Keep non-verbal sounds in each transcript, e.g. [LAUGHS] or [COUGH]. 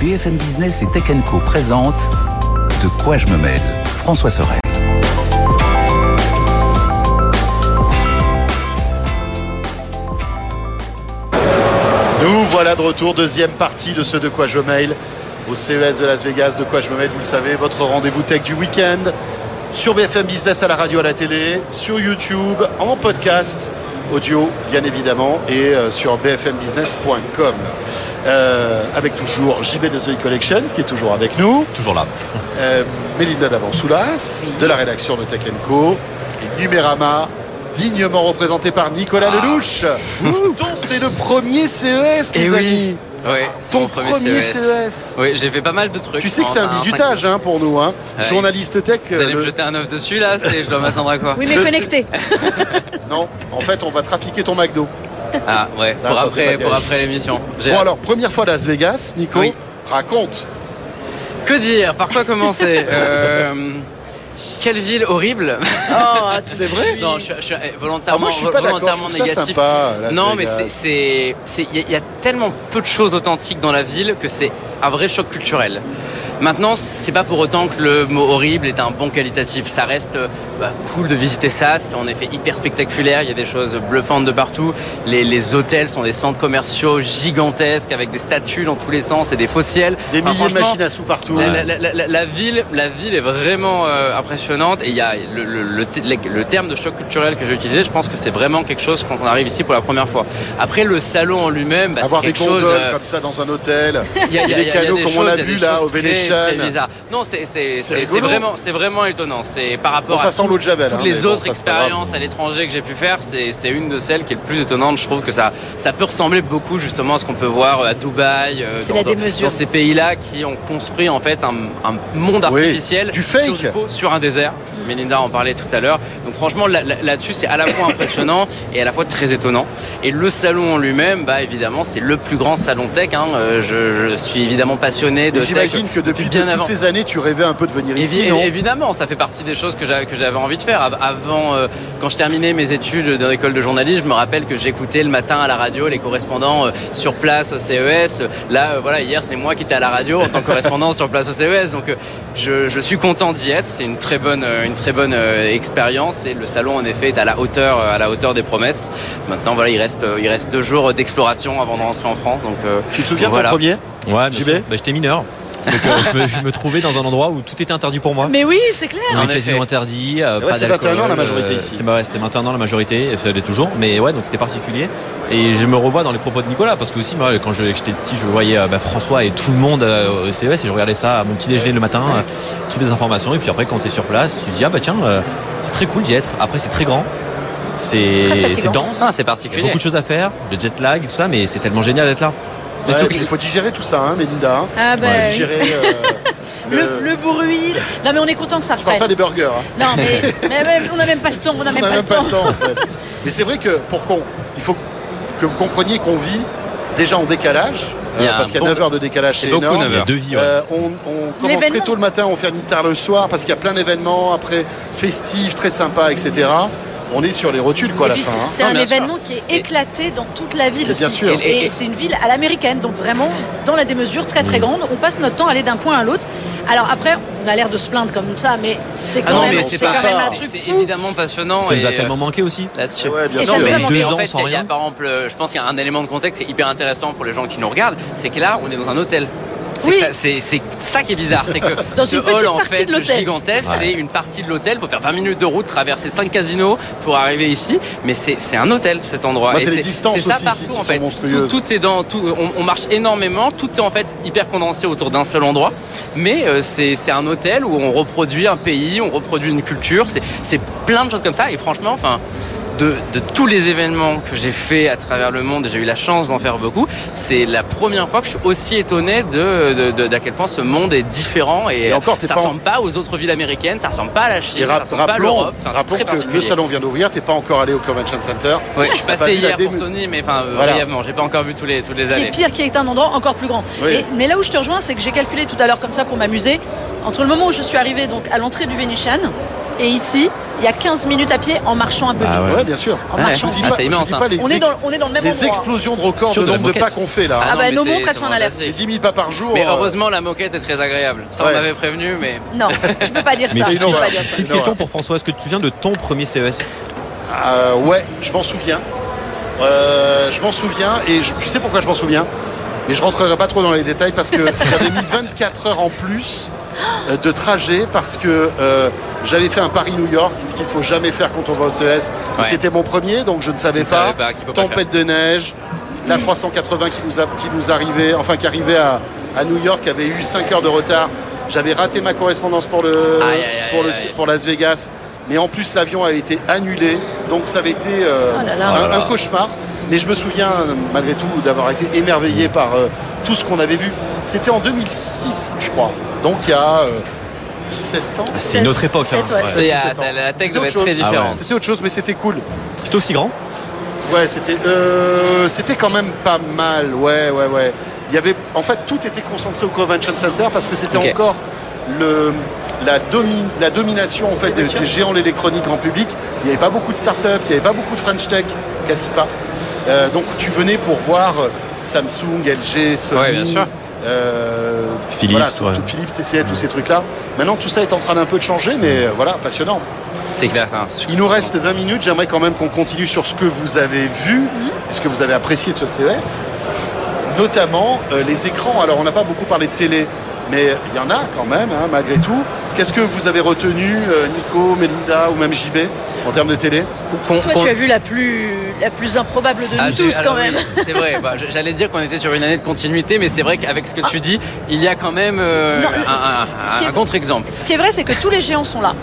BFM Business et Tech Co présente De quoi je me mêle François Sorel. Nous voilà de retour, deuxième partie de ce De quoi je mail au CES de Las Vegas. De quoi je me mail, vous le savez, votre rendez-vous tech du week-end sur BFM Business à la radio, à la télé, sur YouTube, en podcast audio bien évidemment et euh, sur bfmbusiness.com Euh, avec toujours JB de The Collection qui est toujours avec nous Toujours là. euh, Mélinda Davansoulas de la rédaction de Tech Co et Numérama dignement représenté par Ah. Nicolas Lelouch dont c'est le premier CES Eh les oui. amis Oui, c'est Ah, ton mon E premier CES, Oui, j'ai fait pas mal de trucs. tu sais que c'est un Enfin, bisutage hein, pour nous hein. Ouais. journaliste tech Vous allez euh, me le- jeter un œuf dessus là, c'est je dois m'attendre à quoi Oui, mais Je connecté. non en fait on va trafiquer ton McDo Ah ouais, Ah, pour ça, c'est pas après, pour terrible. après l'émission. J'ai bon hâte. alors première fois à Las Vegas Nico Oui. raconte Que dire Par [LAUGHS] quoi commencer Euh, Quelle ville horrible Ah, [LAUGHS] c'est vrai Non, je, suis- je suis eh, volontairement, Ah, moi, je suis pas d'accord. Je volontairement trouve ça négatif. sympa. Las non, mais Vegas. c'est- c'est, c'est- il y, a- il y a tellement peu de choses authentiques dans la ville que c'est un vrai choc culturel. Maintenant, c'est pas pour autant que le mot horrible est un bon qualitatif. Ça reste euh, bah, cool de visiter ça. C'est en effet hyper spectaculaire. Il y a des choses bluffantes de partout. Les, les hôtels sont des centres commerciaux gigantesques avec des statues dans tous les sens et des faux ciels. Des Enfin, milliers de franchement, machines à sous partout. la, la- la- la- la ville, la ville est vraiment euh, impressionnante et il y a le, le- le te- le- le terme de choc culturel que j'ai utilisé. Je pense que c'est vraiment quelque chose quand on arrive ici pour la première fois. Après le salon en lui-même, bah, Avoir c'est des quelque gondoles chose. euh, comme ça dans un [LAUGHS] hôtel. il y a- il des y a- il y a- il y a canaux des comme on l'a choses, il y a vu, des là, choses au très, Venetian. très bizarres. Non, c'est c'est- c'est- c'est rigolo. vraiment, c'est vraiment étonnant. C'est par rapport Bon, à ça sent tout- l'eau de Javel, toutes hein, mais les bon, autres ça, c'est pas grave. expériences à l'étranger que j'ai pu faire. C'est c'est une de celles qui est le plus étonnante. Je trouve que ça, ça peut ressembler beaucoup justement à ce qu'on peut voir à Dubaï, euh, C'est dans, la dans- démesure. dans ces pays-là qui ont construit en fait un, un monde Oui, artificiel du fake. sur du faux, sur un désert. Melinda en parlait tout à l'heure. Donc franchement là- là- là-dessus c'est à la fois impressionnant [LAUGHS] et à la fois très étonnant. Et le salon en lui-même, bah évidemment c'est le plus grand salon tech. hein. Euh, Je, je suis évidemment passionné de Mais tech J'imagine que depuis bien toutes avant. ces années, tu rêvais un peu de venir Évi- ici, non évidemment, ça fait partie des choses que j'a- que j'avais envie de faire. Av- Avant, euh, quand je terminais mes études dans l'école de journalisme, je me rappelle que j'écoutais le matin à la radio les correspondants euh, sur place au CES. Là, euh, voilà, hier, c'est moi qui étais à la radio en tant que correspondant [LAUGHS] sur place au CES. Donc, euh, je, je suis content d'y être. C'est une très bonne, euh, une très bonne euh, expérience et le salon, en effet, est à la hauteur, euh, à la hauteur des promesses. Maintenant, voilà, il reste, euh, il reste deux jours d'exploration avant de rentrer en France. Donc, euh, Tu te souviens de voilà. ton premier Ouais, bien JB? sûr. Bah, J'étais mineur. Donc, euh, je, me, je [LAUGHS] me trouvais dans un endroit où tout était interdit pour moi. Mais oui, c'est clair. Un En casino effet. interdit, euh, Et ouais, pas c'est d'alcool, 21 ans, la majorité, ici. c'est- bah ouais, c'était 21 ans la majorité, et ça l'est toujours, mais ouais, donc c'était particulier. Et je me revois dans les propos de Nicolas, parce que aussi, moi, quand je- j'étais petit, je voyais euh, bah, François et tout le monde euh, au CES, et je regardais ça à mon petit déjeuner le matin, euh, toutes les informations, et puis après, quand t'es sur place, tu te dis, ah bah tiens, euh, c'est très cool d'y être. Après, c'est très grand, Très c'est fatigant. c'est dense, ah, c'est il y a particulier. beaucoup de choses à faire, le jet lag, et tout ça, mais c'est tellement génial d'être là. Mais Ouais, surtout- Il faut digérer tout ça, hein, Mélinda. hein. Ah bah, Ouais, oui. Digérer. euh, [LAUGHS] le, le bruit. Non, mais on est content que ça Je parle reprenne. pas des burgers. hein. Non, mais, mais même- on n'a même pas le temps. On n'a On même n'a pas même le pas temps. le temps, en fait. [LAUGHS] Mais c'est vrai que pour qu'on. Il faut que vous compreniez qu'on vit déjà en décalage. Il y a euh, un parce qu'il y a bon- 9 heures de décalage, c'est beaucoup énorme. 9 Il y a heures. deux vies, ouais. Euh, on, on commence très L'événement. tôt le matin, on fait tard le soir parce qu'il y a plein d'événements après festifs, très sympas, etc. On est sur les rotules quoi à Et la puis, fin. c'est- hein. c'est Non, un bien sûr. événement qui est éclaté dans toute la ville. Et bien aussi. sûr. Et, et c'est une ville à l'américaine, donc vraiment dans la démesure très très grande. On passe notre temps à aller d'un point à l'autre. Alors après, on a l'air de se plaindre comme ça, mais c'est Ah quand, non, même, mais c'est c'est quand pas même un c'est- truc c'est fou. évidemment passionnant. Oh, Ça nous a et, euh, euh, tellement manqué aussi. là-dessus. Ouais, bien Et sûr. ça mais, nous a mais manqué. Deux en ans fait, sans il y a- rien. par exemple, euh, je pense qu'il y a un élément de contexte hyper intéressant pour les gens qui nous regardent, c'est que là, on est dans un hôtel. C'est Oui. que ça- c'est c'est ça qui est bizarre, c'est que [LAUGHS] Dans ce une petite hall en partie fait de l'hôtel. gigantesque, Ouais. c'est une partie de l'hôtel. Il faut faire 20 minutes de route, traverser 5 casinos pour arriver ici, mais c'est c'est un hôtel cet endroit. Moi, Et c'est les distances c'est ça aussi partout, ici qui en sont fait. monstrueuses. Tout, tout est dans tout. On, on marche énormément, tout est en fait hyper condensé autour d'un seul endroit. Mais euh, c'est c'est un hôtel où on reproduit un pays, on reproduit une culture. c'est- C'est plein de choses comme ça. Et franchement, enfin, de, de tous les événements que j'ai fait à travers le monde, et j'ai eu la chance d'en faire beaucoup, c'est la première fois que je suis aussi étonné de, de- de- d'à quel point ce monde est différent et, Et encore, t'es ça pas en- ressemble pas aux autres villes américaines, ça ressemble pas à la Chine, Et ça rap- ressemble pas à rappelons, l'Europe. Enfin, c'est rappelons très que le particulier. salon vient d'ouvrir, t'es pas encore allé au Convention Center. Ouais, je suis T'as pas passé vu la hier pour démo- Sony, mais enfin, euh, Voilà. brièvement, j'ai pas encore vu tous les, toutes les qui années. est pire, qui est un endroit encore plus grand. Oui. Et- mais là où je te rejoins, c'est que j'ai calculé tout à l'heure comme ça pour m'amuser. Entre le moment où je suis arrivée donc à l'entrée du Venetian Et ici, il y a 15 minutes à pied en marchant un peu Ah vite. Ouais, bien sûr. En Ouais. marchant. Je vous dis Ah, pas- c'est je vous immense, dis hein. pas les on, est ex- dans, on est dans le même les endroit. explosions de records Sur de de la nombre de pas moquette. qu'on fait là. Ah, hein. bah, mais nos c'est- montres, elles c'est sont en alerte. Les fantastique. 10 000 pas par jour. Mais Oh. euh, heureusement, la moquette est très agréable. Ça, Ouais. on m'avait prévenu, mais Non, tu peux pas dire Mais ça. c'est Tu peux énorme. pas dire ça. C'est Petite Non, question ouais. pour François, est-ce que tu te souviens de ton premier CES Euh, ouais, je m'en souviens. Euh, je m'en souviens et je, tu sais pourquoi je m'en souviens Et je rentrerai pas trop dans les détails parce [LAUGHS] que j'avais mis 24 heures en plus euh, de trajet parce que euh, j'avais fait un Paris-New York, ce qu'il faut jamais faire quand on va au CES. Et Ouais. C'était mon premier, donc je ne savais ne pas. savais pas qu'il faut pas Tempête de neige, la 380 qui nous, a- qui nous arrivait, enfin qui arrivait à, à New York, avait eu 5 heures de retard. J'avais raté ma correspondance pour le, Aïe, aïe, aïe, pour le, aïe. pour Las Vegas. Mais en plus, l'avion avait été annulé. Donc, ça avait été euh, Oh là là. un- Oh là Un, là. cauchemar. Mais je me souviens, euh, malgré tout, d'avoir été émerveillé par euh, tout ce qu'on avait vu. C'était en 2006, je crois. Donc, il y a euh, 17 ans. C'est une autre époque. hein. Sept, ouais. Ouais. c'est- ah, 17 ans. ça- la tech C'était devait autre être très chose. Ah ouais. différente. C'était autre chose, mais c'était cool. C'est aussi grand Ouais, c'était euh, c'était quand même pas mal. Ouais, ouais, ouais. Il y avait, en fait, tout était concentré au Convention Center parce que c'était Ok. encore le la, domi- la domination en fait des, des géants de l'électronique en public. Il n'y avait pas beaucoup de start-up, il n'y avait pas beaucoup de French Tech, quasi pas. Euh, donc tu venais pour voir euh, Samsung, LG, Sony. Ouais, bien sûr. euh, Philips, voilà, tout- ouais. tout- Philips, TCL, tous ces trucs-là. Maintenant, tout ça est en train d'un peu de changer, mais euh, voilà, passionnant. C'est clair. hein. Il nous reste 20 minutes, j'aimerais quand même qu'on continue sur ce que vous avez vu Mhm. et ce que vous avez apprécié de ce CES, notamment euh, les écrans. Alors on n'a pas beaucoup parlé de télé, mais il y en a quand même, hein, malgré tout. Qu'est-ce que vous avez retenu, euh, Nico, Melinda ou même JB, en termes de télé Qu'on- Toi, qu'on- tu as vu la plus, la plus improbable de nous Ah, j'ai- tous, quand alors même. oui, c'est vrai, Bah, je- j'allais dire qu'on était sur une année de continuité, mais c'est vrai qu'avec ce que tu dis, il y a quand même euh, Non, un, le- un- ce- ce qui un est- contre-exemple. Ce qui est vrai, c'est que tous les géants sont là.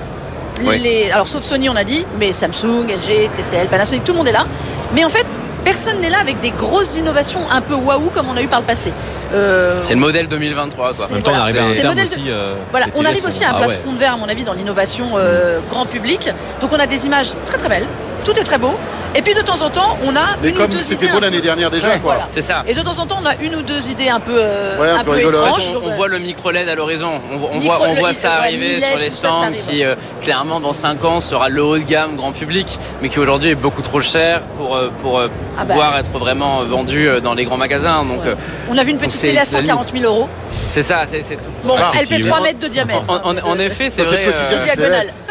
Oui. Les- alors, sauf Sony, on a dit, mais Samsung, LG, TCL, Panasonic, tout le monde est là. Mais en fait, personne n'est là avec des grosses innovations un peu waouh comme on a eu par le passé. Euh, C'est le modèle 2023, quoi. C'est- En même temps, on voilà, arrive à c'est- un c'est terme modèle de- aussi. euh, Voilà, les on télés arrive sont- aussi à un Ah place ouais. fond de verre, à mon avis, dans l'innovation euh, grand public. Donc on a des images très très belles, tout est très beau. Et puis de temps en temps, on a. Mais une ou comme deux c'était idées beau un l'année peu- dernière déjà, Ouais, quoi. voilà. C'est ça. Et de temps en temps, on a une ou deux idées un peu, euh, Ouais, un peu rigolotes. En étranges. fait, donc, on, on euh, voit le micro-LED à l'horizon. On, voit- on Micro- voit, on le- voit ça ouais, arriver mini-LED, sur les tout ça, ça stands arrive, qui, euh, clairement, dans 5 ans, sera le haut de gamme grand public, mais qui aujourd'hui est beaucoup trop cher pour, euh, pour euh, Ah bah. pouvoir être vraiment vendu euh, dans les grands magasins. Donc, ouais. euh, on a vu une donc petite c'est- télé à c'est la 140 000 euros. c'est ça. c'est c'est- Bon, rare, elle si, fait oui. 3 mètres de diamètre. En, en- en effet, c'est Ça, c'est vrai. le quotidien E euh, du diagonale. CES.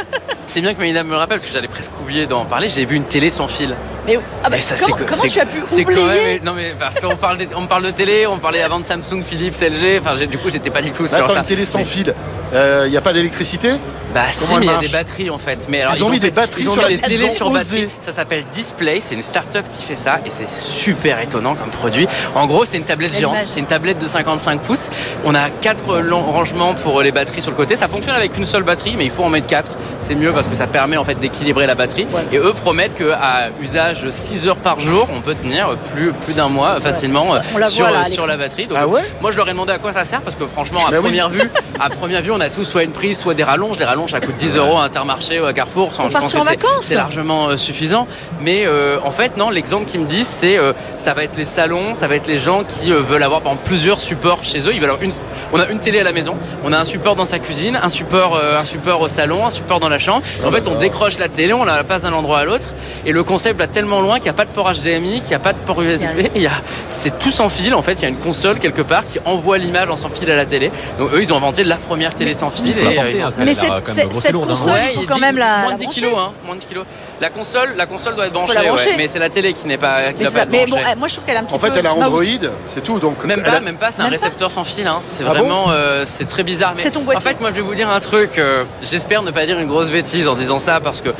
c'est bien que Mélina me rappelle, parce que j'allais presque oublier d'en parler. J'ai vu une télé sans fil. Mais ah bah, Mais ça, comment, c'est que- comment c'est- tu as pu c'est oublier quand même- Non mais parce qu'on parle, des- on parle de télé, on parlait avant de Samsung, Philips, LG. Enfin, j'ai- du coup, j'étais pas du tout Mais sur Bah, Attends, ça. une télé sans Mais- fil, Euh, il n'y a pas d'électricité Euh, Bah si, Comment elle mais il y a marche des batteries en fait. Mais alors, Ils ont mis fait- des batteries ils ont sur mis la des télé, télés ils ont sur osé. batterie. Ça s'appelle Display. C'est une start-up qui fait ça et c'est super étonnant comme produit. En gros, c'est une tablette Belle géante. image. C'est une tablette de 55 pouces. On a quatre longs rangements pour les batteries sur le côté. Ça fonctionne avec une seule batterie, mais il faut en mettre quatre. C'est mieux parce que ça permet en fait d'équilibrer la batterie. Ouais. Et eux promettent que à usage 6 heures par jour, on peut tenir plus plus d'un mois facilement euh, On la sur voit, là, à sur la batterie. Donc, Ah ouais moi, je leur ai demandé à quoi ça sert parce que franchement, à Bah oui. première vue, à première vue, on a tous soit une prise, soit des rallonges. Les rallonges, ça coûte 10 euros à Intermarché ou à Carrefour. Enfin, Pour je pense partir que en c'est- vacances. C'est largement euh, suffisant. Mais euh, en fait, non, l'exemple qu'ils me disent, c'est euh, ça va être les salons, ça va être les gens qui euh, veulent avoir par exemple, plusieurs supports chez eux. Ils veulent avoir une, on a une télé à la maison, on a un support dans sa cuisine, un support, euh, un support au salon, un support dans la chambre. Et en fait, on décroche la télé, on la passe d'un endroit à l'autre. Et le concept va tellement loin qu'il n'y a pas de port HDMI, qu'il n'y a pas de port USB. Il y a- C'est tout sans fil. En fait, il y a une console quelque part qui envoie l'image en sans fil à la télé. Donc eux, ils ont inventé la première télé sans fil. Faut la et, porter, euh, hein, parce qu'elle mais a l'air cette- quand même cette- grosse cette et lourde, hein. console- il faut et quand dix- même la- moins la de 10 brancher. kilos, hein, moins de 10 kilos. La console, la console doit être branchée, la ouais, brancher. mais c'est la télé qui n'est pas, qui Mais, doit ça- pas être mais bon, branchée. euh, moi je trouve qu'elle a un petit En fait, peu elle a mouse. Android, c'est tout. Donc, Même elle pas, a- même pas, c'est un Même pas récepteur sans fil, hein. c'est Ah bon vraiment, euh, c'est très bizarre. Mais C'est ton boîtier. En fait, moi je vais vous dire un truc, euh, j'espère ne pas dire une grosse bêtise en disant ça parce que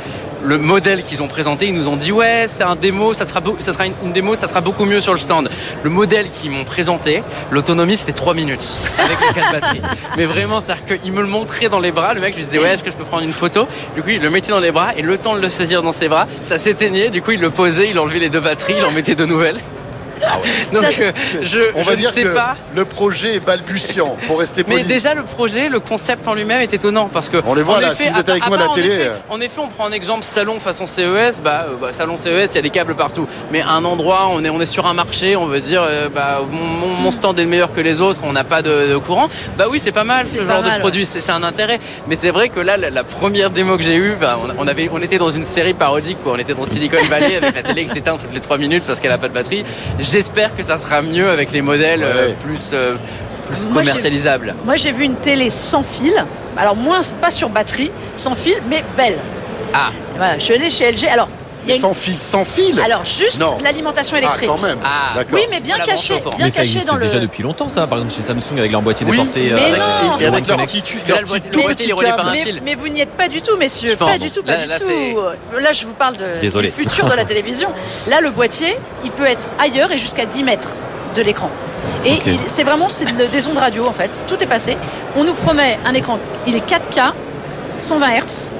le modèle qu'ils ont présenté, ils nous ont dit ouais, c'est un démo, ça sera, beau- ça sera une, une démo, ça sera beaucoup mieux sur le stand. Le modèle qu'ils m'ont présenté, l'autonomie c'était 3 minutes avec les 4 [LAUGHS] batteries. Mais vraiment, c'est-à-dire qu'ils me le montraient dans les bras, le mec je lui disais ouais, est-ce que je peux prendre une photo Du coup, il le mettait dans les bras et le temps de le saisir dans ses bras, ça s'éteignait, du coup, il le posait, il enlevait les deux batteries, il en mettait de nouvelles. [LAUGHS] Donc Ah Ça, euh, je, On je va ne dire sais que pas. le projet est balbutiant, pour rester Mais poli. déjà le projet, le concept en lui-même est étonnant parce que On les voit, en là, effet, si vous êtes à- avec à moi à la part, en télé, effet- euh. En effet, on prend un exemple salon façon CES. Bah, euh, bah, salon CES, il y a des câbles partout. Mais à un endroit, on est on est sur un marché, on veut dire euh, bah mon, mon- mon stand est le meilleur que les autres, on n'a pas de, de courant. Bah oui, c'est pas mal C'est ce pas genre mal, de produit, c'est c'est un intérêt. Mais c'est vrai que là, la, la première démo que j'ai eue, bah, on, on avait on était dans une série parodique, quoi. on était dans [LAUGHS] Silicon Valley avec la télé qui s'éteint toutes les 3 minutes parce qu'elle a pas de batterie. J'espère que ça sera mieux avec les modèles euh, Ouais. plus euh, plus Moi, j'ai- commercialisables. Moi, j'ai vu une télé sans fil. Alors, moins, pas sur batterie, sans fil, mais belle. Ah. Et Voilà, je suis allée chez LG. Alors, il y a Mais une- sans fil, sans fil Alors, juste Non. l'alimentation Ah, électrique. quand même. Ah. D'accord. oui, mais bien Voilà, caché, bonjour. bien mais ça caché existe dans le. déjà depuis longtemps, ça. Par exemple, chez Samsung, avec leur boîtier Oui, déporté. mais avec- non. Et le avec One leur Connect. petit, tu- Mais leur là, le petit boîtier- le tout boîtier, petit il est relié par un câble. mais, fil. mais vous n'y êtes pas du tout, messieurs. Je pense. Pas du tout, pas Là- du là, tout. Là, je vous parle de- Désolé. du futur de [LAUGHS] la télévision. Là, le boîtier, il peut être ailleurs et jusqu'à 10 mètres de l'écran. Et Ok. il- c'est vraiment c'est de- des ondes radio, en fait. Tout est passé. On nous promet un écran, il est 4K, 120 Hz.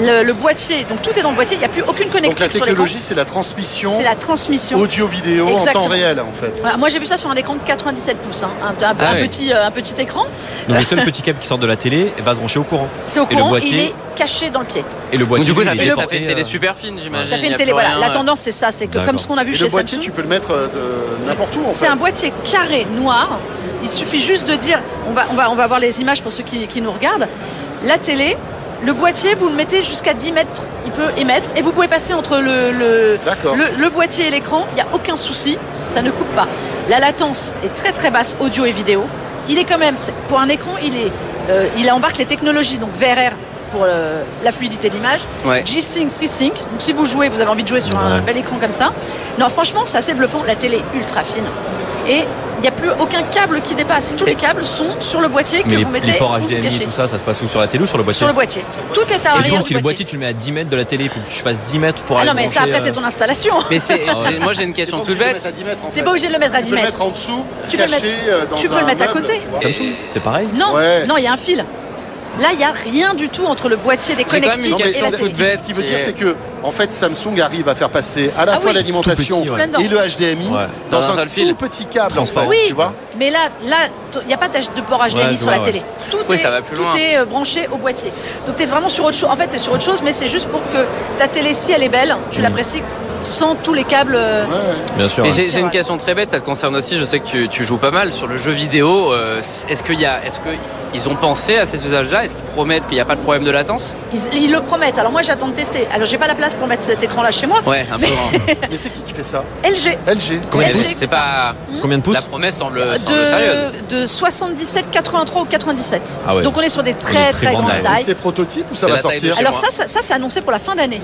Le, le boîtier, donc tout est dans le boîtier, il n'y a plus aucune Donc la connectique sur l'écran. technologie, c'est la transmission C'est la transmission. audio-vidéo en Exactement. temps réel, en fait. Voilà, moi j'ai vu ça sur un écran de 97 pouces, hein. un, un- Ah un oui. petit, euh, un petit écran. Donc, le seul petit câble qui sort de la télé va se brancher au courant. C'est au Et le courant, il boîtier est caché dans le pied. Et le boîtier. du coup, lui, ça il fait, est ça porté, fait une télé euh, super fine, j'imagine. Ça fait Il y une a télé, plus voilà. rien, La euh, tendance c'est ça, c'est que comme D'accord. ce qu'on a vu Et chez le boîtier, Samsung, tu peux le mettre euh, de n'importe où, en c'est fait. un boîtier carré noir. Il suffit juste de dire, on va, on va, on va voir les images pour ceux qui, qui nous regardent. La télé, le boîtier, vous le mettez jusqu'à 10 mètres, il peut émettre, et vous pouvez passer entre le, le, D'accord. le- le boîtier et l'écran, il n'y a aucun souci, ça ne coupe pas. La latence est très très basse audio et vidéo. Il est quand même, c'est- pour un écran, il, est, euh, il embarque les technologies, donc VRR pour euh, la fluidité de l'image, Ouais. G-Sync, FreeSync, donc si vous jouez, vous avez envie de jouer sur un Ouais. bel écran comme ça. Non, franchement, c'est assez bluffant, la télé est ultra fine. Et il n'y a plus aucun câble qui dépasse, tous les câbles sont sur le boîtier que Mais les, vous mettez les ports ou vous HDMI et cachez. tout ça, ça se passe où Sur la télé ou sur le boîtier sur le boîtier. Tout est à Et du arrière coup, du si le boîtier, tu le mets à 10 mètres de la télé, il faut que tu fasses 10 mètres pour Ah aller non, mais ça brancher, après, euh, c'est ton [LAUGHS] installation. Mais [LAUGHS] c'est, euh, Ah. moi j'ai une question toute bête. T'es pas obligé de le mettre à 10 Tu peux le mètres. mettre en dessous, Tu peux le caché mettre- euh, dans tu peux un le mettre à meuble, côté. tu vois. Samsung, c'est pareil. Non, Ouais. non, il y a un fil. Là, il n'y a rien du tout entre le boîtier des J'ai quand même une connectiques Non, mais et ce la qui- télé. toute bête, ce qui veut c'est- dire, c'est que en fait, Samsung arrive à faire passer à la Ah fois oui. l'alimentation Tout petit, ouais. et le HDMI Ouais. dans, Dans un un, seul tout fil. petit câble. Transfert. en fait, Oui. tu vois Mais là, là, t- il n'y a pas d'âge de port HDMI Ouais, je sur vois, la ouais. télé. Tout, Oui, est, ça va plus tout loin. est, euh, branché au boîtier. Donc tu es vraiment sur autre chose. En fait, tu es sur autre chose, mais c'est juste pour que ta télé, si elle est belle, tu l'apprécies sans tous les câbles. euh, Ouais, ouais. Bien sûr. Mais ouais. j'ai, j'ai une vrai. question très bête, ça te concerne aussi. Je sais que tu, tu joues pas mal sur le jeu vidéo. euh, est-ce qu'il y a, est-ce que ils ont pensé à cet usage-là Est-ce qu'ils promettent qu'il n'y a pas de problème de latence Ils, ils le promettent. Alors moi, j'attends de tester. Alors j'ai pas la place pour mettre cet écran-là chez moi. Ouais, un peu. [LAUGHS] hein. Mais c'est qui qui fait ça LG. LG. Mais LG, c'est, c'est pas Combien de pouces la promesse semble, semble sérieuse. Euh, De, de 77, 83 ou 97. Ah ouais. Donc on est sur des Des très très, très grandes grandes tailles. Et tailles. C'est prototype ou ça C'est va la taille de sortir chez Alors moi. ça, ça, ça, c'est annoncé pour la fin d'année.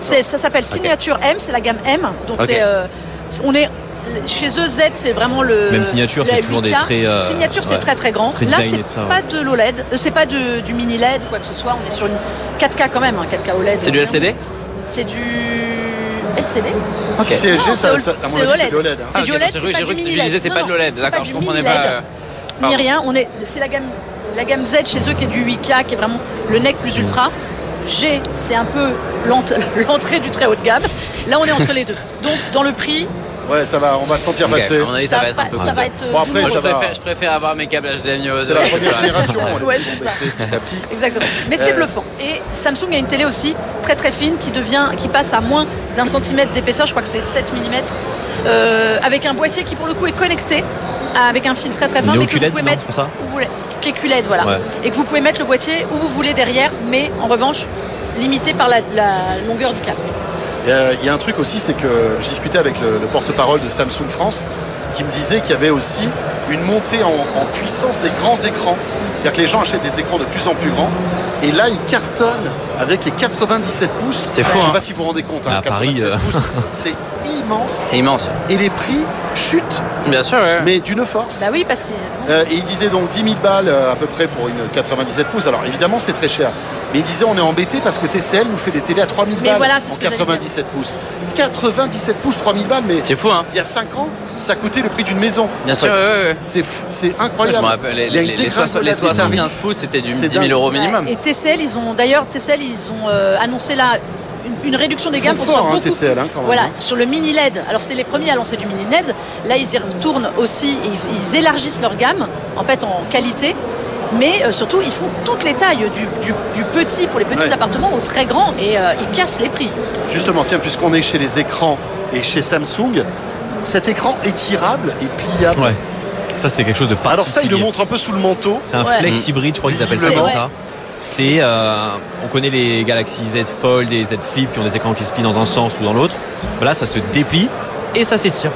C'est- Ça s'appelle Signature M, c'est la gamme M. Donc Ok. c'est, euh, on est chez eux Z, c'est vraiment le. Même Signature, la c'est toujours des 8K. très, euh, Signature, c'est ouais, très très grand. très Là, designé c'est tout ça, pas de l'OLED, euh, c'est pas de- du mini LED ou quoi que ce soit. On est sur une 4K quand même, hein, 4K OLED. C'est du LCD C'est du LCD. Si c'est LG, Non, ça, c'est ça- à mon OLED. avis, c'est de l'OLED. hein. C'est Ah, du ok, OLED, j'ai c'est cru- j'ai pas du cru que tu mini disais, LED. c'est Non, pas de non, l'OLED. c'est E D'accord, pas je du E comprenais mini pas. LED euh, ni Pardon. rien. On est, c'est la gamme, la gamme Z chez eux qui est du 8K, qui est vraiment le nec plus ultra. Mm. G, c'est un peu l'ent- [LAUGHS] l'entrée du très haut de gamme. Là, on est entre les deux. Donc, dans le prix, Ouais, ça va, on va te sentir ok, passer. à mon avis, ça, va être un peu. ça compliqué. va être, euh, Bon, après, Moi, douloureux. je, ça va. préfère, je préfère avoir mes câbles HDMI. aux C'est la oreilles, tu première vois. génération. on les Ouais, fait c'est tomber, ça. c'est petit à petit. Exactement. Mais c'est Euh. bluffant. Et Samsung a une télé aussi très très fine qui devient, qui passe à moins d'un centimètre d'épaisseur. Je crois que c'est 7 mm avec un boîtier qui pour le coup est connecté à- avec un fil très très fin, Néo mais que vous QLED, pouvez non, mettre c'est ça où vous voulez, qui est QLED, voilà, Ouais. et que vous pouvez mettre le boîtier où vous voulez derrière, mais en revanche limité par la, la longueur du câble. Il y a- euh, il y a un truc aussi, c'est que je discutais avec le, le porte-parole de Samsung France qui me disait qu'il y avait aussi une montée en, en puissance des grands écrans. C'est-à-dire que les gens achètent des écrans de plus en plus grands. Et là, ils cartonnent avec les 97 pouces. C'est Je fou, ne hein. sais pas si vous vous rendez compte. hein, À Paris, 97 euh. pouces, c'est immense. [LAUGHS] C'est immense. Et les prix chutent, Bien sûr, ouais. mais d'une force. Bah oui, parce que Euh, et il disait donc 10 000 balles euh, à peu près pour une 97 pouces. Alors évidemment, c'est très cher. Mais il disait on est embêté parce que TCL nous fait des télés à 3 000 Mais balles voilà, c'est en ce que j'allais 97 pouces. 97 pouces, 3 000 balles, mais C'est fou, hein il y a 5 ans, ça coûtait le prix d'une maison. Bien en sûr, fait. ouais, ouais, ouais. C'est f- C'est Je me incroyable. rappelle, les, Il y a les, une les, dégringolade soix- les des tarifs. 75 pouces, c'était du C'est 10 000 dingue. euros minimum. et TCL ils ont d'ailleurs TCL ils ont euh, annoncé là une une réduction des Ils gammes font pour que ce soit fort, hein, beaucoup TCL, hein, quand même, voilà, hein. sur le mini LED. Alors c'était les premiers à lancer du mini LED. Là, ils y retournent aussi, et ils- ils élargissent leur gamme, en fait, en qualité. Mais euh, surtout, ils font toutes les tailles, du, du- du petit pour les petits Ouais. appartements au très grand, et euh, ils cassent les [LAUGHS] prix. Justement, tiens, puisqu'on est chez les écrans et chez Samsung, cet écran est tirable et pliable. Ouais. Ça, c'est quelque chose de particulier. Alors ça, il le montre un peu sous le manteau. C'est un Ouais. flex hybride, je crois qu'ils appellent ça Visiblement. comme ça. C'est, euh, on connaît les Galaxy Z Fold et Z Flip qui ont des écrans qui se plient dans un sens ou dans l'autre. Voilà, ça se déplie et ça s'étire.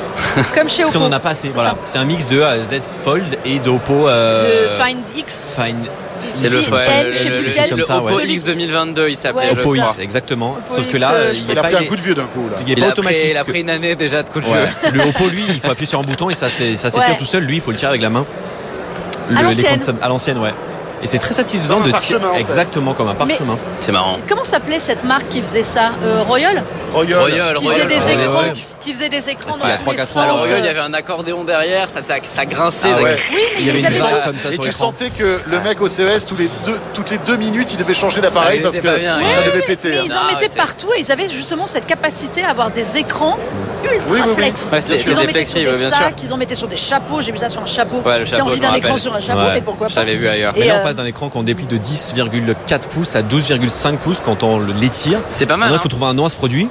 Comme chez Si Oppo. on en a pas assez, voilà. C'est un mix de euh, Z Fold et d'Oppo. Le euh, Find X. Find- C'est le, X, ouais, N, le- je sais le- plus le- lequel. comme le ça, ouais. Oppo Celui- X 2022, il s'appelait. Ouais, je Oppo c'est crois. X, exactement. Oppo Sauf que X, là, euh, je il Il, n'est a pas, pris un il- coup de vieux d'un coup. Là. il est Il pas a, automatique. pris, il a parce que- pris une année déjà de coup de jeu. Ouais. [LAUGHS] le Oppo, lui, il faut appuyer sur un bouton et ça s'é- ça s'étire Ouais. tout seul. Lui, il faut le tirer avec la main. À l'écran l'ancienne. de Sam- à l'ancienne, ouais. Et c'est très satisfaisant Comme un de parchemin, en fait. exactement comme un parchemin. C'est marrant. Comment s'appelait cette marque qui faisait ça Euh, Royal Royal. Royal, qui Royal, faisait, des Royal, écrans, Royal. qui faisait des écrans C'était dans il y a tous trois, les quatre sens. ans. Alors, regarde, il y euh, avait un accordéon derrière, ça, ça, ça grinçait. Ah ça- ouais. Oui, mais Il y avait ils une avaient barre tout- comme ça Et sur tu l'écran. sentais que le mec au CES, tous les deux, toutes les deux minutes, il devait changer Ah, d'appareil il parce que était pas bien, ça hein. devait péter. Mais hein. ils Ah, en ouais, mettaient c'est- partout et ils avaient justement cette capacité à avoir des écrans ultra Oui, oui, oui. flex. Ouais, c'était- ils en c'était mettaient sur flexible, des bien sacs, ils en mettaient sur des chapeaux. J'ai vu ça sur un chapeau. Ouais, le J'ai chapeau, envie je d'un me écran rappelle. sur un chapeau, Ouais. mais pourquoi Je pas l'avais vu ailleurs. Et Ah, Mais là, euh, on passe d'un écran qu'on déplie de 10,4 pouces à 12,5 pouces quand on l'étire. C'est pas mal. Maintenant, il hein. faut trouver un nom à ce produit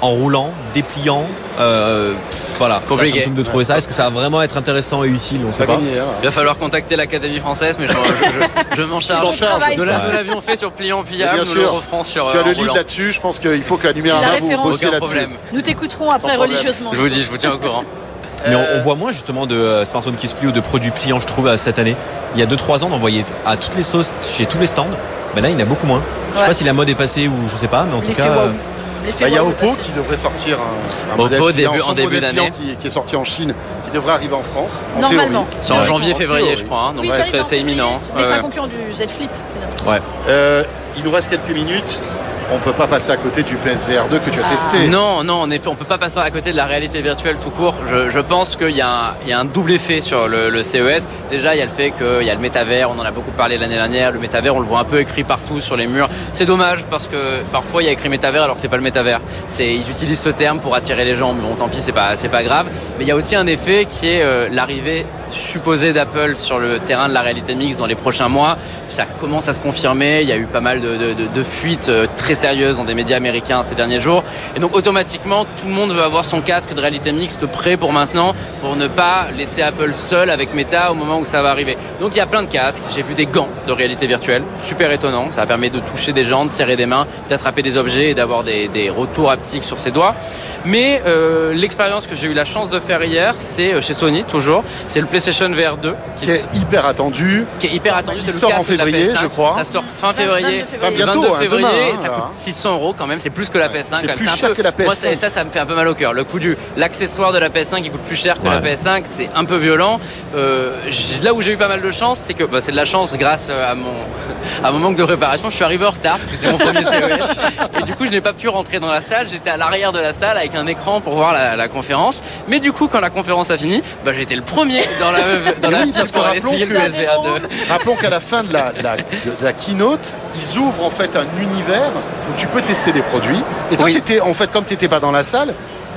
en roulant, dépliant. euh, pff, voilà, Ça, Compliqué. Samsung de trouver ça. Est-ce que ça va vraiment être intéressant et utile On C'est sait pas pas. gagné. hein. Il va falloir contacter l'Académie française, mais je, je- je- je m'en Tu t'en charge. charges. travail, Nous la- Ouais. nous l'avions fait sur Pliant Pliable, Bien nous le sûr. referons sur. Tu euh, as en le lead roulant. là-dessus, je pense qu'il faut qu'à numéro 1, La vous référence. bossez Aucun là-dessus. problème. Nous t'écouterons après problème. religieusement. Je vous dis, je vous tiens au courant. Mais on, Euh, on voit moins justement de euh, smartphones qui se plient ou de produits pliants, je trouve, euh, cette année. Il y a 2-3 ans, on en voyait à toutes les sauces, chez tous les stands. Ben là, il y en a beaucoup moins. Je sais Ouais. pas si la mode est passée ou je sais pas, mais en tout L'effet cas. wow. euh, L'effet Bah, Il y a wow de Oppo passer. qui devrait sortir un, un Oppo modèle client, début- son en début modèle client d'année. qui, qui est sorti en Chine, qui devrait arriver en France. en Normalement. théorie. C'est en janvier-février, je crois. hein, Donc Oui, ça va arrive être- en c'est février, imminent. Mais c'est Ouais, un ouais. concurrent du Z Flip. Euh, il nous reste quelques minutes. On ne peut pas passer à côté du PSVR 2 que tu as testé. Ah. Non, non, en effet, on peut pas passer à côté de la réalité virtuelle tout court. Je, je pense qu'il y, a un- il y a un double effet sur le, le CES. Déjà, il y a le fait qu'il y a le métavers, on en a beaucoup parlé l'année dernière. Le métavers, on le voit un peu écrit partout sur les murs. C'est dommage parce que parfois il y a écrit métavers alors que c'est pas le métavers. C'est, ils utilisent ce terme pour attirer les gens. Mais bon, tant pis, c'est pas, c'est pas grave. Mais il y a aussi un effet qui est euh, l'arrivée supposée d'Apple sur le terrain de la réalité mixte dans les prochains mois. Ça commence à se confirmer. Il y a eu pas mal de, de- de- de fuites euh, très sérieuses dans des médias américains ces derniers jours. Et donc automatiquement, tout le monde veut avoir son casque de réalité mixte prêt pour maintenant, pour ne pas laisser Apple seul avec Meta au moment où ça va arriver. Donc il y a plein de casques. J'ai vu des gants de réalité virtuelle, super étonnant. Ça permet de toucher des gens, de serrer des mains, d'attraper des objets et d'avoir des, des retours haptiques sur ses doigts. Mais euh, l'expérience que j'ai eu la chance de faire hier, c'est euh, chez Sony toujours. C'est le PlayStation VR 2 Qui est hyper attendu. qui est hyper attendu. Il C'est le sort en casque de la février, PS5. je crois. Ça sort fin février. Enfin, Le bientôt, 22 hein, février, demain, hein, ça là. coûte 600 euros quand même. C'est plus que la PS5. c'est quand même. plus un cher peu- que la Moi, ça, PS5. ça, ça me fait un peu mal au cœur. Le coût du l'accessoire de la PS5 qui coûte plus cher que Ouais. la PS5, c'est un peu violent. Euh, j- là où j'ai eu pas mal de chance, c'est que bah, c'est de la chance grâce euh, à mon [LAUGHS] à mon manque de préparation. Je suis arrivé en retard parce que c'est mon [LAUGHS] premier CES. Et du coup, je n'ai pas pu rentrer dans la salle. J'étais à l'arrière de la salle avec un écran pour voir la, la conférence. Mais du coup, quand la conférence a fini, bah, j'ai été le premier dans la [LAUGHS] dans Oui, la file parce que pour rappelons essayer le que- PSVR 2. Rappelons qu'à la fin de la, la- de la keynote, ils ouvrent en fait un univers où tu peux tester des produits. Et toi, Oui. t'étais- en fait, comme tu n'étais pas dans la salle,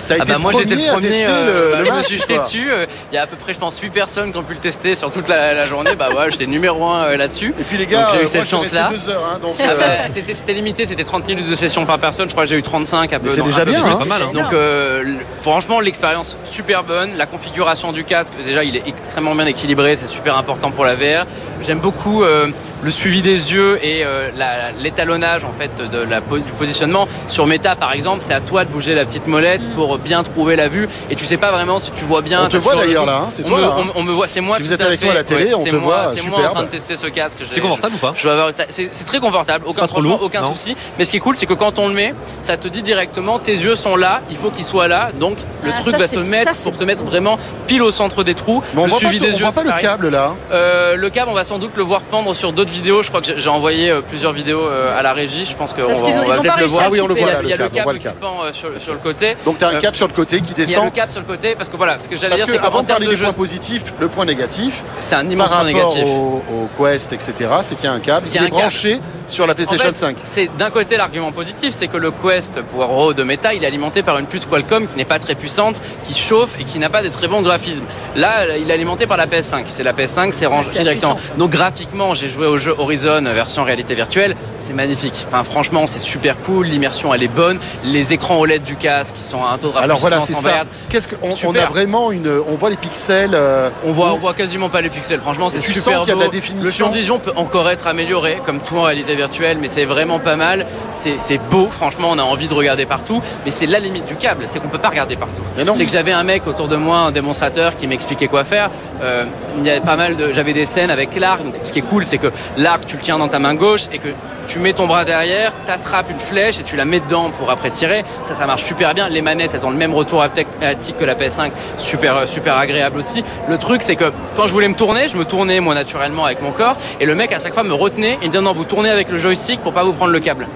tu as Ah été bah moi le j'étais premier le à premier, tester euh, le, le je me masque, suis jeté quoi. dessus. euh, Il y a à peu près je pense 8 personnes qui ont pu le tester sur toute la, la journée. Bah ouais, j'étais numéro 1 là-dessus. Et puis les gars, Donc, j'ai eu euh, cette moi, je suis resté chance-là. deux heures. hein, donc, Ah [LAUGHS] euh, bah, c'était c'était limité, c'était 30 minutes de session par personne. Je crois que j'ai eu 35 à Ah, peu. Mais c'est dans- déjà un peu bien, plus. hein. C'est pas mal, hein. Donc euh, le- franchement, l'expérience super bonne. La configuration du casque, déjà, il est extrêmement bien équilibré. C'est super important pour la VR. J'aime beaucoup euh, le suivi des yeux et euh, la- l'étalonnage en fait de la, po- du positionnement. Sur Meta, par exemple, c'est à toi de bouger la petite molette pour bien trouver la vue. Et tu sais pas vraiment si tu vois bien. On te t'as voit toujours le d'ailleurs, doute. là, hein. C'est On toi, me- là, hein. on- On me voit. C'est moi. Si vous tout êtes à avec moi à la fait. télé, Ouais, on c'est te moi- voit, C'est moi en train de superbe. tester ce casque. C'est J'ai- confortable Hein ou pas je dois avoir- ça- C'est c'est très confortable, aucun, pas trop franchement, lourd, aucun non souci. Mais ce qui est cool, c'est que quand on le met, ça te dit directement tes yeux sont là, il faut qu'ils soient là. Donc le Ah, truc ça, va c'est- te mettre ça, c'est pour te mettre vraiment pile au centre des trous. mais on le voit pas, suivi tout- des on yeux. voit pas c'est le pareil. câble là. Euh, le câble, on va sans doute le voir pendre sur d'autres vidéos. Je crois que j'ai- j'ai envoyé euh, plusieurs vidéos euh, à la régie. Je pense qu'on va, Parce qu'ils ont- on ils va ont pas peut-être le réussi voir. à le Ah oui, on le Il y a- voit, là, il y a le le câble, on voit câble le câble. qui pend euh, sur sur le côté. Donc tu as un Euh, câble sur le côté qui Il y a le descend. câble sur le côté parce que voilà, ce que j'allais Parce dire, que c'est avant qu'en de termes parler de des jeu, points positifs, le point négatif, c'est un par immense point rapport négatif. au, au Quest, etc., c'est qu'il y a un câble. Il y Il a est un câble. branché sur la PlayStation En fait, 5. C'est d'un côté l'argument positif, c'est que le Quest pour RAW de Meta, il est alimenté par une puce Qualcomm qui n'est pas très puissante, qui chauffe et qui n'a pas des très bons graphismes. Là, il est alimenté par la PS5. C'est la PS5, c'est rangé C'est la directement. puissance. Donc graphiquement, j'ai joué au jeu Horizon euh, version réalité virtuelle, c'est magnifique. Enfin, franchement, c'est super cool, l'immersion elle est bonne, les écrans OLED du casque qui sont à un taux de rafraîchissement Alors voilà, c'est ça. standard. Qu'est-ce que on, on a Super. vraiment une on voit les pixels euh, On voit, on voit quasiment pas les pixels, franchement c'est tu super sens qu'il y a de beau. la définition. Le champ de vision peut encore être amélioré, comme tout en réalité virtuelle, mais c'est vraiment pas mal. C'est c'est beau, franchement on a envie de regarder partout, mais c'est la limite du câble, c'est qu'on peut pas regarder partout. Mais non. C'est que j'avais un mec autour de moi, un démonstrateur, qui m'expliquait quoi faire. Euh, il y avait pas mal de, j'avais des scènes avec l'arc. Donc, ce qui est cool, c'est que l'arc, tu le tiens dans ta main gauche et que tu mets ton bras derrière, t'attrapes une flèche et tu la mets dedans pour après tirer. Ça, ça marche super bien. Les manettes, elles ont le même retour haptec- haptique que la PS5. Super, euh, super agréable aussi. Le truc, c'est que quand je voulais me tourner, je me tournais moi naturellement avec mon corps et le mec à chaque fois me retenait et me disait non, vous tournez avec le joystick pour pas vous prendre le câble.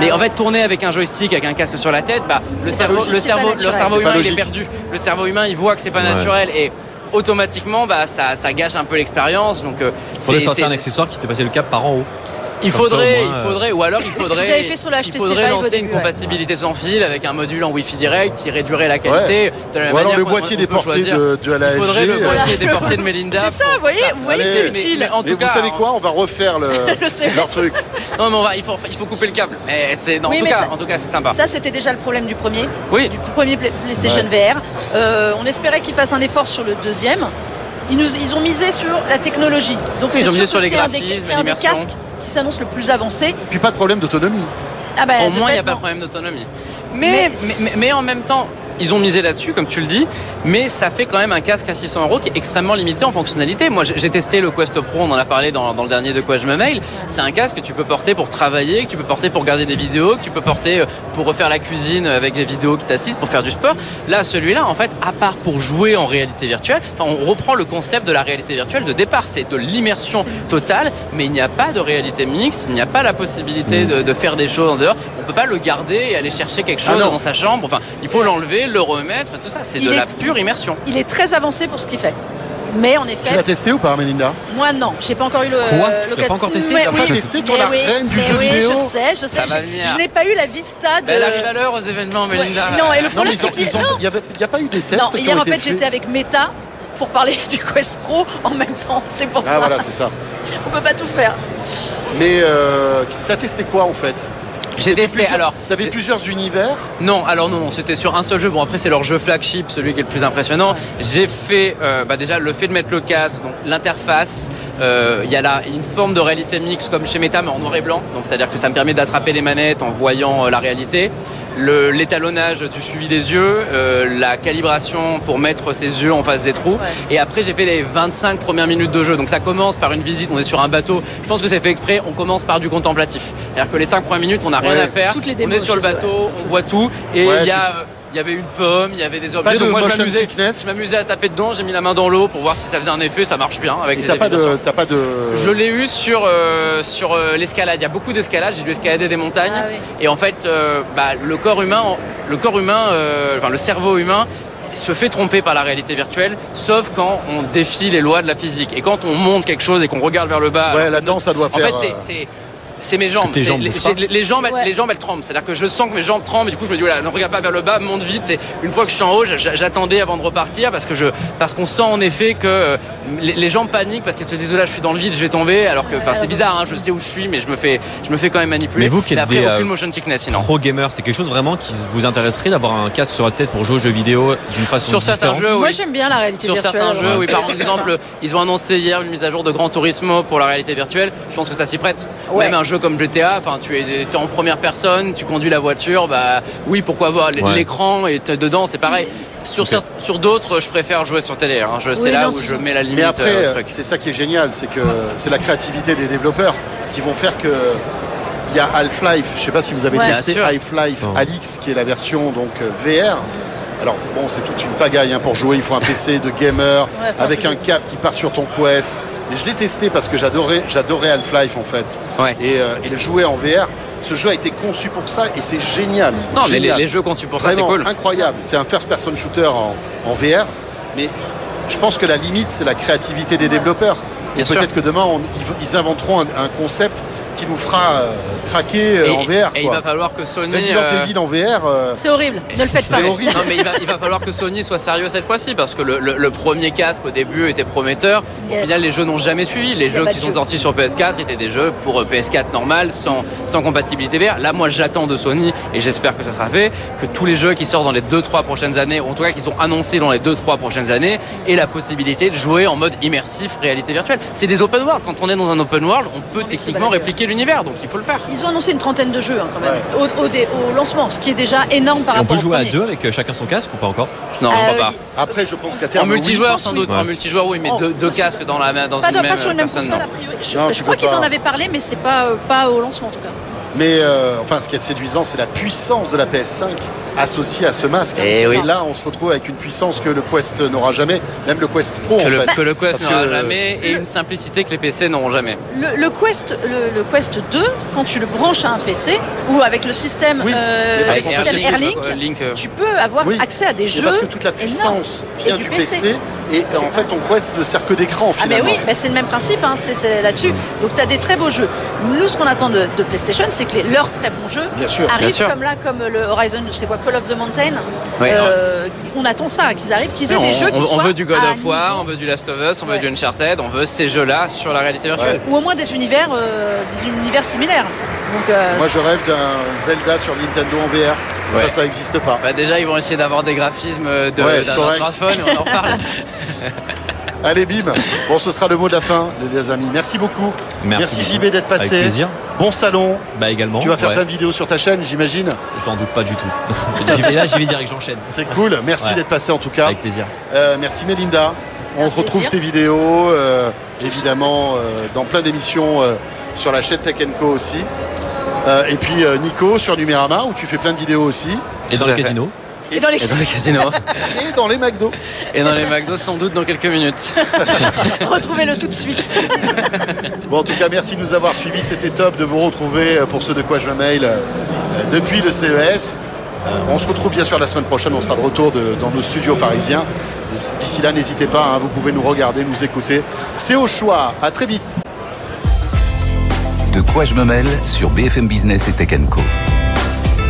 Mais en fait, tourner avec un joystick, avec un casque sur la tête, bah, le, pas cerveau, logique, le Ah. c'est pas cerveau, le naturel. C'est cerveau pas humain, il est logique. perdu. Le cerveau humain, il voit que c'est pas Ouais. naturel et automatiquement, bah, ça, ça gâche un peu l'expérience. Donc, euh, Faudrait c'est- sortir un c'est- accessoire qui te passait le cap par en haut. il Comme ça, au faudrait, moins, il faudrait, ou [LAUGHS] alors il que vous faudrait, avez fait sur la HTC il faudrait Vive au lancer début, une ouais. compatibilité sans fil avec un module en Wi-Fi direct qui réduirait la qualité. De la ou alors manière le qu'on- boîtier on des peut portées choisir. de, de la Il faudrait LG, le euh, boîtier des portées de Melinda. C'est ça, pour- vous voyez, vous voyez que c'est Allez. utile. Mais en mais tout vous cas, hein. savez en- quoi On va refaire [LAUGHS] le, C'est vrai. leur truc. Non, mais on va, il faut, il faut couper le câble. Mais c'est, non, en Oui, tout mais cas, ça- en tout cas, c'est sympa. Ça, c'était déjà le problème du premier, oui. du premier Play- PlayStation VR. Euh, on espérait qu'ils fassent un effort sur le deuxième. Ils, nous, ils ont misé sur la technologie. Donc Ils c'est ont misé sûr sur que les c'est un des- graphismes, C'est un des l'immersion. casques qui s'annonce le plus avancé. Puis pas de problème d'autonomie. Ah bah, Au de moins, il n'y fait, a pas de non. problème d'autonomie. Mais, mais, mais- mais en même temps, ils ont misé là-dessus, comme tu le dis, mais ça fait quand même un casque à 600 euros qui est extrêmement limité en fonctionnalité. Moi, j'ai j'ai testé le Quest Pro, on en a parlé dans, dans le dernier de quoi je me mail. C'est un casque que tu peux porter pour travailler, que tu peux porter pour regarder des vidéos, que tu peux porter euh, pour refaire la cuisine avec des vidéos qui t'assistent, pour faire du sport. Là, celui-là, en fait, à part pour jouer en réalité virtuelle, enfin, on reprend le concept de la réalité virtuelle de départ. C'est de l'immersion totale, mais il n'y a pas de réalité mixte, il n'y a pas la possibilité Mm. de, de faire des choses en dehors. On ne peut pas le garder et aller chercher quelque Ah chose non. dans sa chambre. Enfin, il faut l'enlever, le remettre, tout ça. C'est Il de la est- Euh, pure immersion. Il est très avancé pour ce qu'il fait. Mais en Tu l'as effet, testé ou pas, Melinda moi non, j'ai pas encore eu le. Quoi euh, Tu l'as l'occasion- pas encore testé Ouais, T'as oui, pas testé, toi, mais la oui, reine du mais jeu oui, vidéo Je sais, je sais. Ça va j'ai- venir. Je n'ai pas eu la vista de. Elle arrive à l'heure aux événements, Ouais. Melinda. Non, et le Non, mais ils problème, ont- [LAUGHS] c'est qu'il ils ont- il n'y avait- il y a pas eu des tests Non, qui hier ont en été fait faits j'étais avec Meta pour parler [LAUGHS] du Quest Pro en même temps, c'est pour Ah ça. voilà, c'est ça. On peut pas tout faire. Mais euh, t'as testé quoi en fait J'ai testé. Plusieurs- Alors, T'avais plusieurs univers. Non, alors non, non, c'était sur un seul jeu. Bon, après, c'est leur jeu flagship, celui qui est le plus impressionnant. J'ai fait euh, bah, déjà le fait de mettre le casque, donc l'interface. Euh, Il y a là une forme de réalité mixte comme chez Meta, mais en noir et blanc. Donc, c'est-à-dire que ça me permet d'attraper les manettes en voyant euh, la réalité. Le- L'étalonnage du suivi des yeux, euh, la calibration pour mettre ses yeux en face des trous. Et après, j'ai fait les 25 premières minutes de jeu. Donc, ça commence par une visite, on est sur un bateau. Je pense que c'est fait exprès, on commence par du contemplatif. C'est-à-dire que les 5 premières minutes, on n'a rien Ouais. à faire. Toutes les on démos est sur le chez eux, bateau, on voit tout et Ouais, il y a tout. euh, il y avait une pomme, il y avait des objets. de donc moi je motion m'amusais, sickness. je m'amusais à taper dedans, j'ai mis la main dans l'eau pour voir si ça faisait un effet, ça marche bien avec Et les t'as pas applications. de, t'as pas de. Je l'ai eu sur, euh, sur euh, l'escalade. Il y a beaucoup d'escalade, j'ai dû escalader des montagnes. Ah oui. Et en fait, euh, bah, le corps humain, le corps humain, euh, enfin le cerveau humain se fait tromper par la réalité virtuelle, sauf quand on défie les lois de la physique. Et quand on monte quelque chose et qu'on regarde vers le bas, Ouais, la danse, ça doit en faire. fait, c'est- euh, c'est. C'est mes jambes. tes C'est- jambes les, bougent pas j'ai- les- les jambes, elles- Ouais. les jambes, elles tremblent. C'est-à-dire que je sens que mes jambes tremblent. Et du coup, je me dis, voilà, ne regarde pas vers le bas, monte vite. Et une fois que je suis en haut, j'a- j'attendais avant de repartir parce que je, parce qu'on sent en effet que euh, les, les jambes paniquent parce qu'elles se disent, oh là, je suis dans le vide, je vais tomber. Alors que, enfin, c'est bizarre. hein, je sais où je suis, mais je me fais, je me fais quand même manipuler. Mais vous qui Et êtes après, des, aucune euh, motion sickness, sinon. Pro gamer, c'est quelque chose vraiment qui vous intéresserait d'avoir un casque sur la tête pour jouer aux jeux vidéo d'une façon Sur certains différente. jeux, Moi oui. j'aime bien la réalité sur virtuelle. certains alors. jeux. Oui, [LAUGHS] par exemple, ils ont annoncé hier une mise à jour de Gran Turismo pour la réalité virtuelle. Je pense que ça s'y prête. Ouais. Même un jeu comme GTA, enfin, tu es, t'es en première personne, tu conduis la voiture, bah oui, pourquoi voir l- Ouais. l'écran et t'es dedans, c'est pareil. Sur, Ok. cer- sur d'autres, je préfère jouer sur télé. hein. Je, c'est Oui, là non, où c'est je vrai. mets la limite. Mais après, euh, au euh, truc. c'est ça qui est génial, c'est que c'est la créativité des développeurs qui vont faire que. Il y a Half-Life, je ne sais pas si vous avez Ouais. testé Bien sûr. Half-Life Non. Alix, qui est la version donc euh, VR. Alors bon, c'est toute une pagaille hein, pour jouer, il faut un PC de gamer Ouais, faut avec un un cap qui part sur ton Quest. Mais je l'ai testé parce que j'adorais, j'adorais Half-Life en fait. Ouais. Et, euh, et le jouer en VR, ce jeu a été conçu pour ça et c'est génial. Non, mais les, Génial. les jeux conçus pour Ah, ça, Vraiment c'est cool. incroyable. C'est un first-person shooter en, en VR, mais je pense que la limite, c'est la créativité des développeurs. Et Bien sûr. peut-être que demain, on- ils, ils inventeront un, un concept qui nous fera euh, craquer euh, Et- en VR. Et il quoi. va falloir que Sony. Resident euh, Evil en VR. euh, C'est horrible, ne le faites pas. C'est horrible. Non mais il va, il va falloir que Sony soit sérieux cette fois-ci parce que le, le- le premier casque au début était prometteur. Au Yeah. final les jeux n'ont jamais suivi. Les a jeux pas qui de sont jeu. sortis sur PS4 étaient des jeux pour euh, PS4 normal sans, sans compatibilité VR. Là moi j'attends de Sony et j'espère que ça sera fait que tous les jeux qui sortent dans les 2-3 prochaines années, ou en tout cas qui sont annoncés dans les 2-3 prochaines années, aient la possibilité de jouer en mode immersif réalité virtuelle. C'est des open world. Quand on est dans un open world, on peut techniquement répliquer l'univers donc il faut le faire. Ils ont annoncé une trentaine de jeux hein, quand même au, au dé- au lancement, ce qui est déjà énorme par Et on rapport peut au jouer à premier. deux avec euh, chacun son casque ou pas encore Non je Ah crois oui. pas. Après, je pense qu'à terme. En Ah oui. multijoueur sans oui. doute, Ouais. en multijoueur oui, mais Oh, deux, deux moi, c'est- casques dans la main dans Pas, une de- même pas sur une même personne, console, non. a priori. Je, Non, je tu crois peux qu'ils pas. en avaient parlé, mais c'est pas, euh, pas au lancement en tout cas. Mais euh, enfin, ce qui est séduisant, c'est la puissance de la PS5 associée à ce masque. Eh Et oui. là, on se retrouve avec une puissance que le Quest n'aura jamais, même le Quest Pro que, en le, fait. que le Quest Parce n'aura que- jamais et une simplicité que les PC n'auront jamais. Le, le Quest, le, le Quest 2, quand tu le branches à un PC ou avec le système, Oui, euh, mais le parce Avec qu'en système fait, Airlink, Airlink, euh, Link, euh, tu peux avoir Oui. accès à des Et jeux. parce que toute la énormes. puissance vient Et du, du PC, et C'est en fait on quest ne sert que d'écran Ah mais finalement. oui, bah c'est le même principe, hein, c'est- c'est là-dessus. Donc tu as des très beaux jeux. Nous, ce qu'on attend de, de PlayStation, c'est que les- leurs très bons jeux Bien sûr. arrivent Bien sûr. comme là, comme le Horizon, je sais quoi, Call of the Mountain. Ouais. Euh, on attend ça, qu'ils arrivent, qu'ils aient on, des jeux qui on- on soient veut du God à of War, on niveau. veut du Last of Us, on Ouais. veut du Uncharted, on veut ces jeux-là sur la réalité virtuelle. ou au moins des univers, euh, des univers similaires. Donc euh, Moi je rêve d'un Zelda sur Nintendo en VR. Ouais. Ça, ça n'existe pas. Bah, déjà, ils vont essayer d'avoir des graphismes euh, de- Ouais, d'un correct. smartphone, on en parle. Allez, bim. Bon, ce sera le mot de la fin, les amis. Merci beaucoup. Merci, beaucoup. JB d'être passé. Avec plaisir. Bon salon. Bah également. tu vas faire ouais. plein de vidéos sur ta chaîne, j'imagine. J'en doute pas [LAUGHS] du tout. J'y vais- là, j'y vais direct, j'enchaîne. C'est cool. Merci Ouais. d'être passé en tout cas. Avec plaisir. Euh, merci Mélinda. On un retrouve plaisir. tes vidéos, euh, évidemment, euh, dans plein d'émissions euh, sur la chaîne Tech Co aussi. Euh, et puis euh, Nico sur Numérama, où tu fais plein de vidéos aussi. Et Tout dans le à fait. casino. et [LAUGHS] dans les [LAUGHS] Et dans les casinos, Et dans les McDo. et dans les McDo, sans doute dans quelques minutes. retrouvez-le tout de suite. Bon, en tout cas, merci de nous avoir suivis. C'était top de vous retrouver euh, pour ceux de quoi je mail euh, depuis le CES. Euh, on se retrouve bien sûr la semaine prochaine. On sera de retour de- dans nos studios parisiens. D'ici là, n'hésitez pas. hein, vous pouvez nous regarder, nous écouter. C'est au choix. À très vite. De quoi je me mêle sur BFM Business et Tech Co.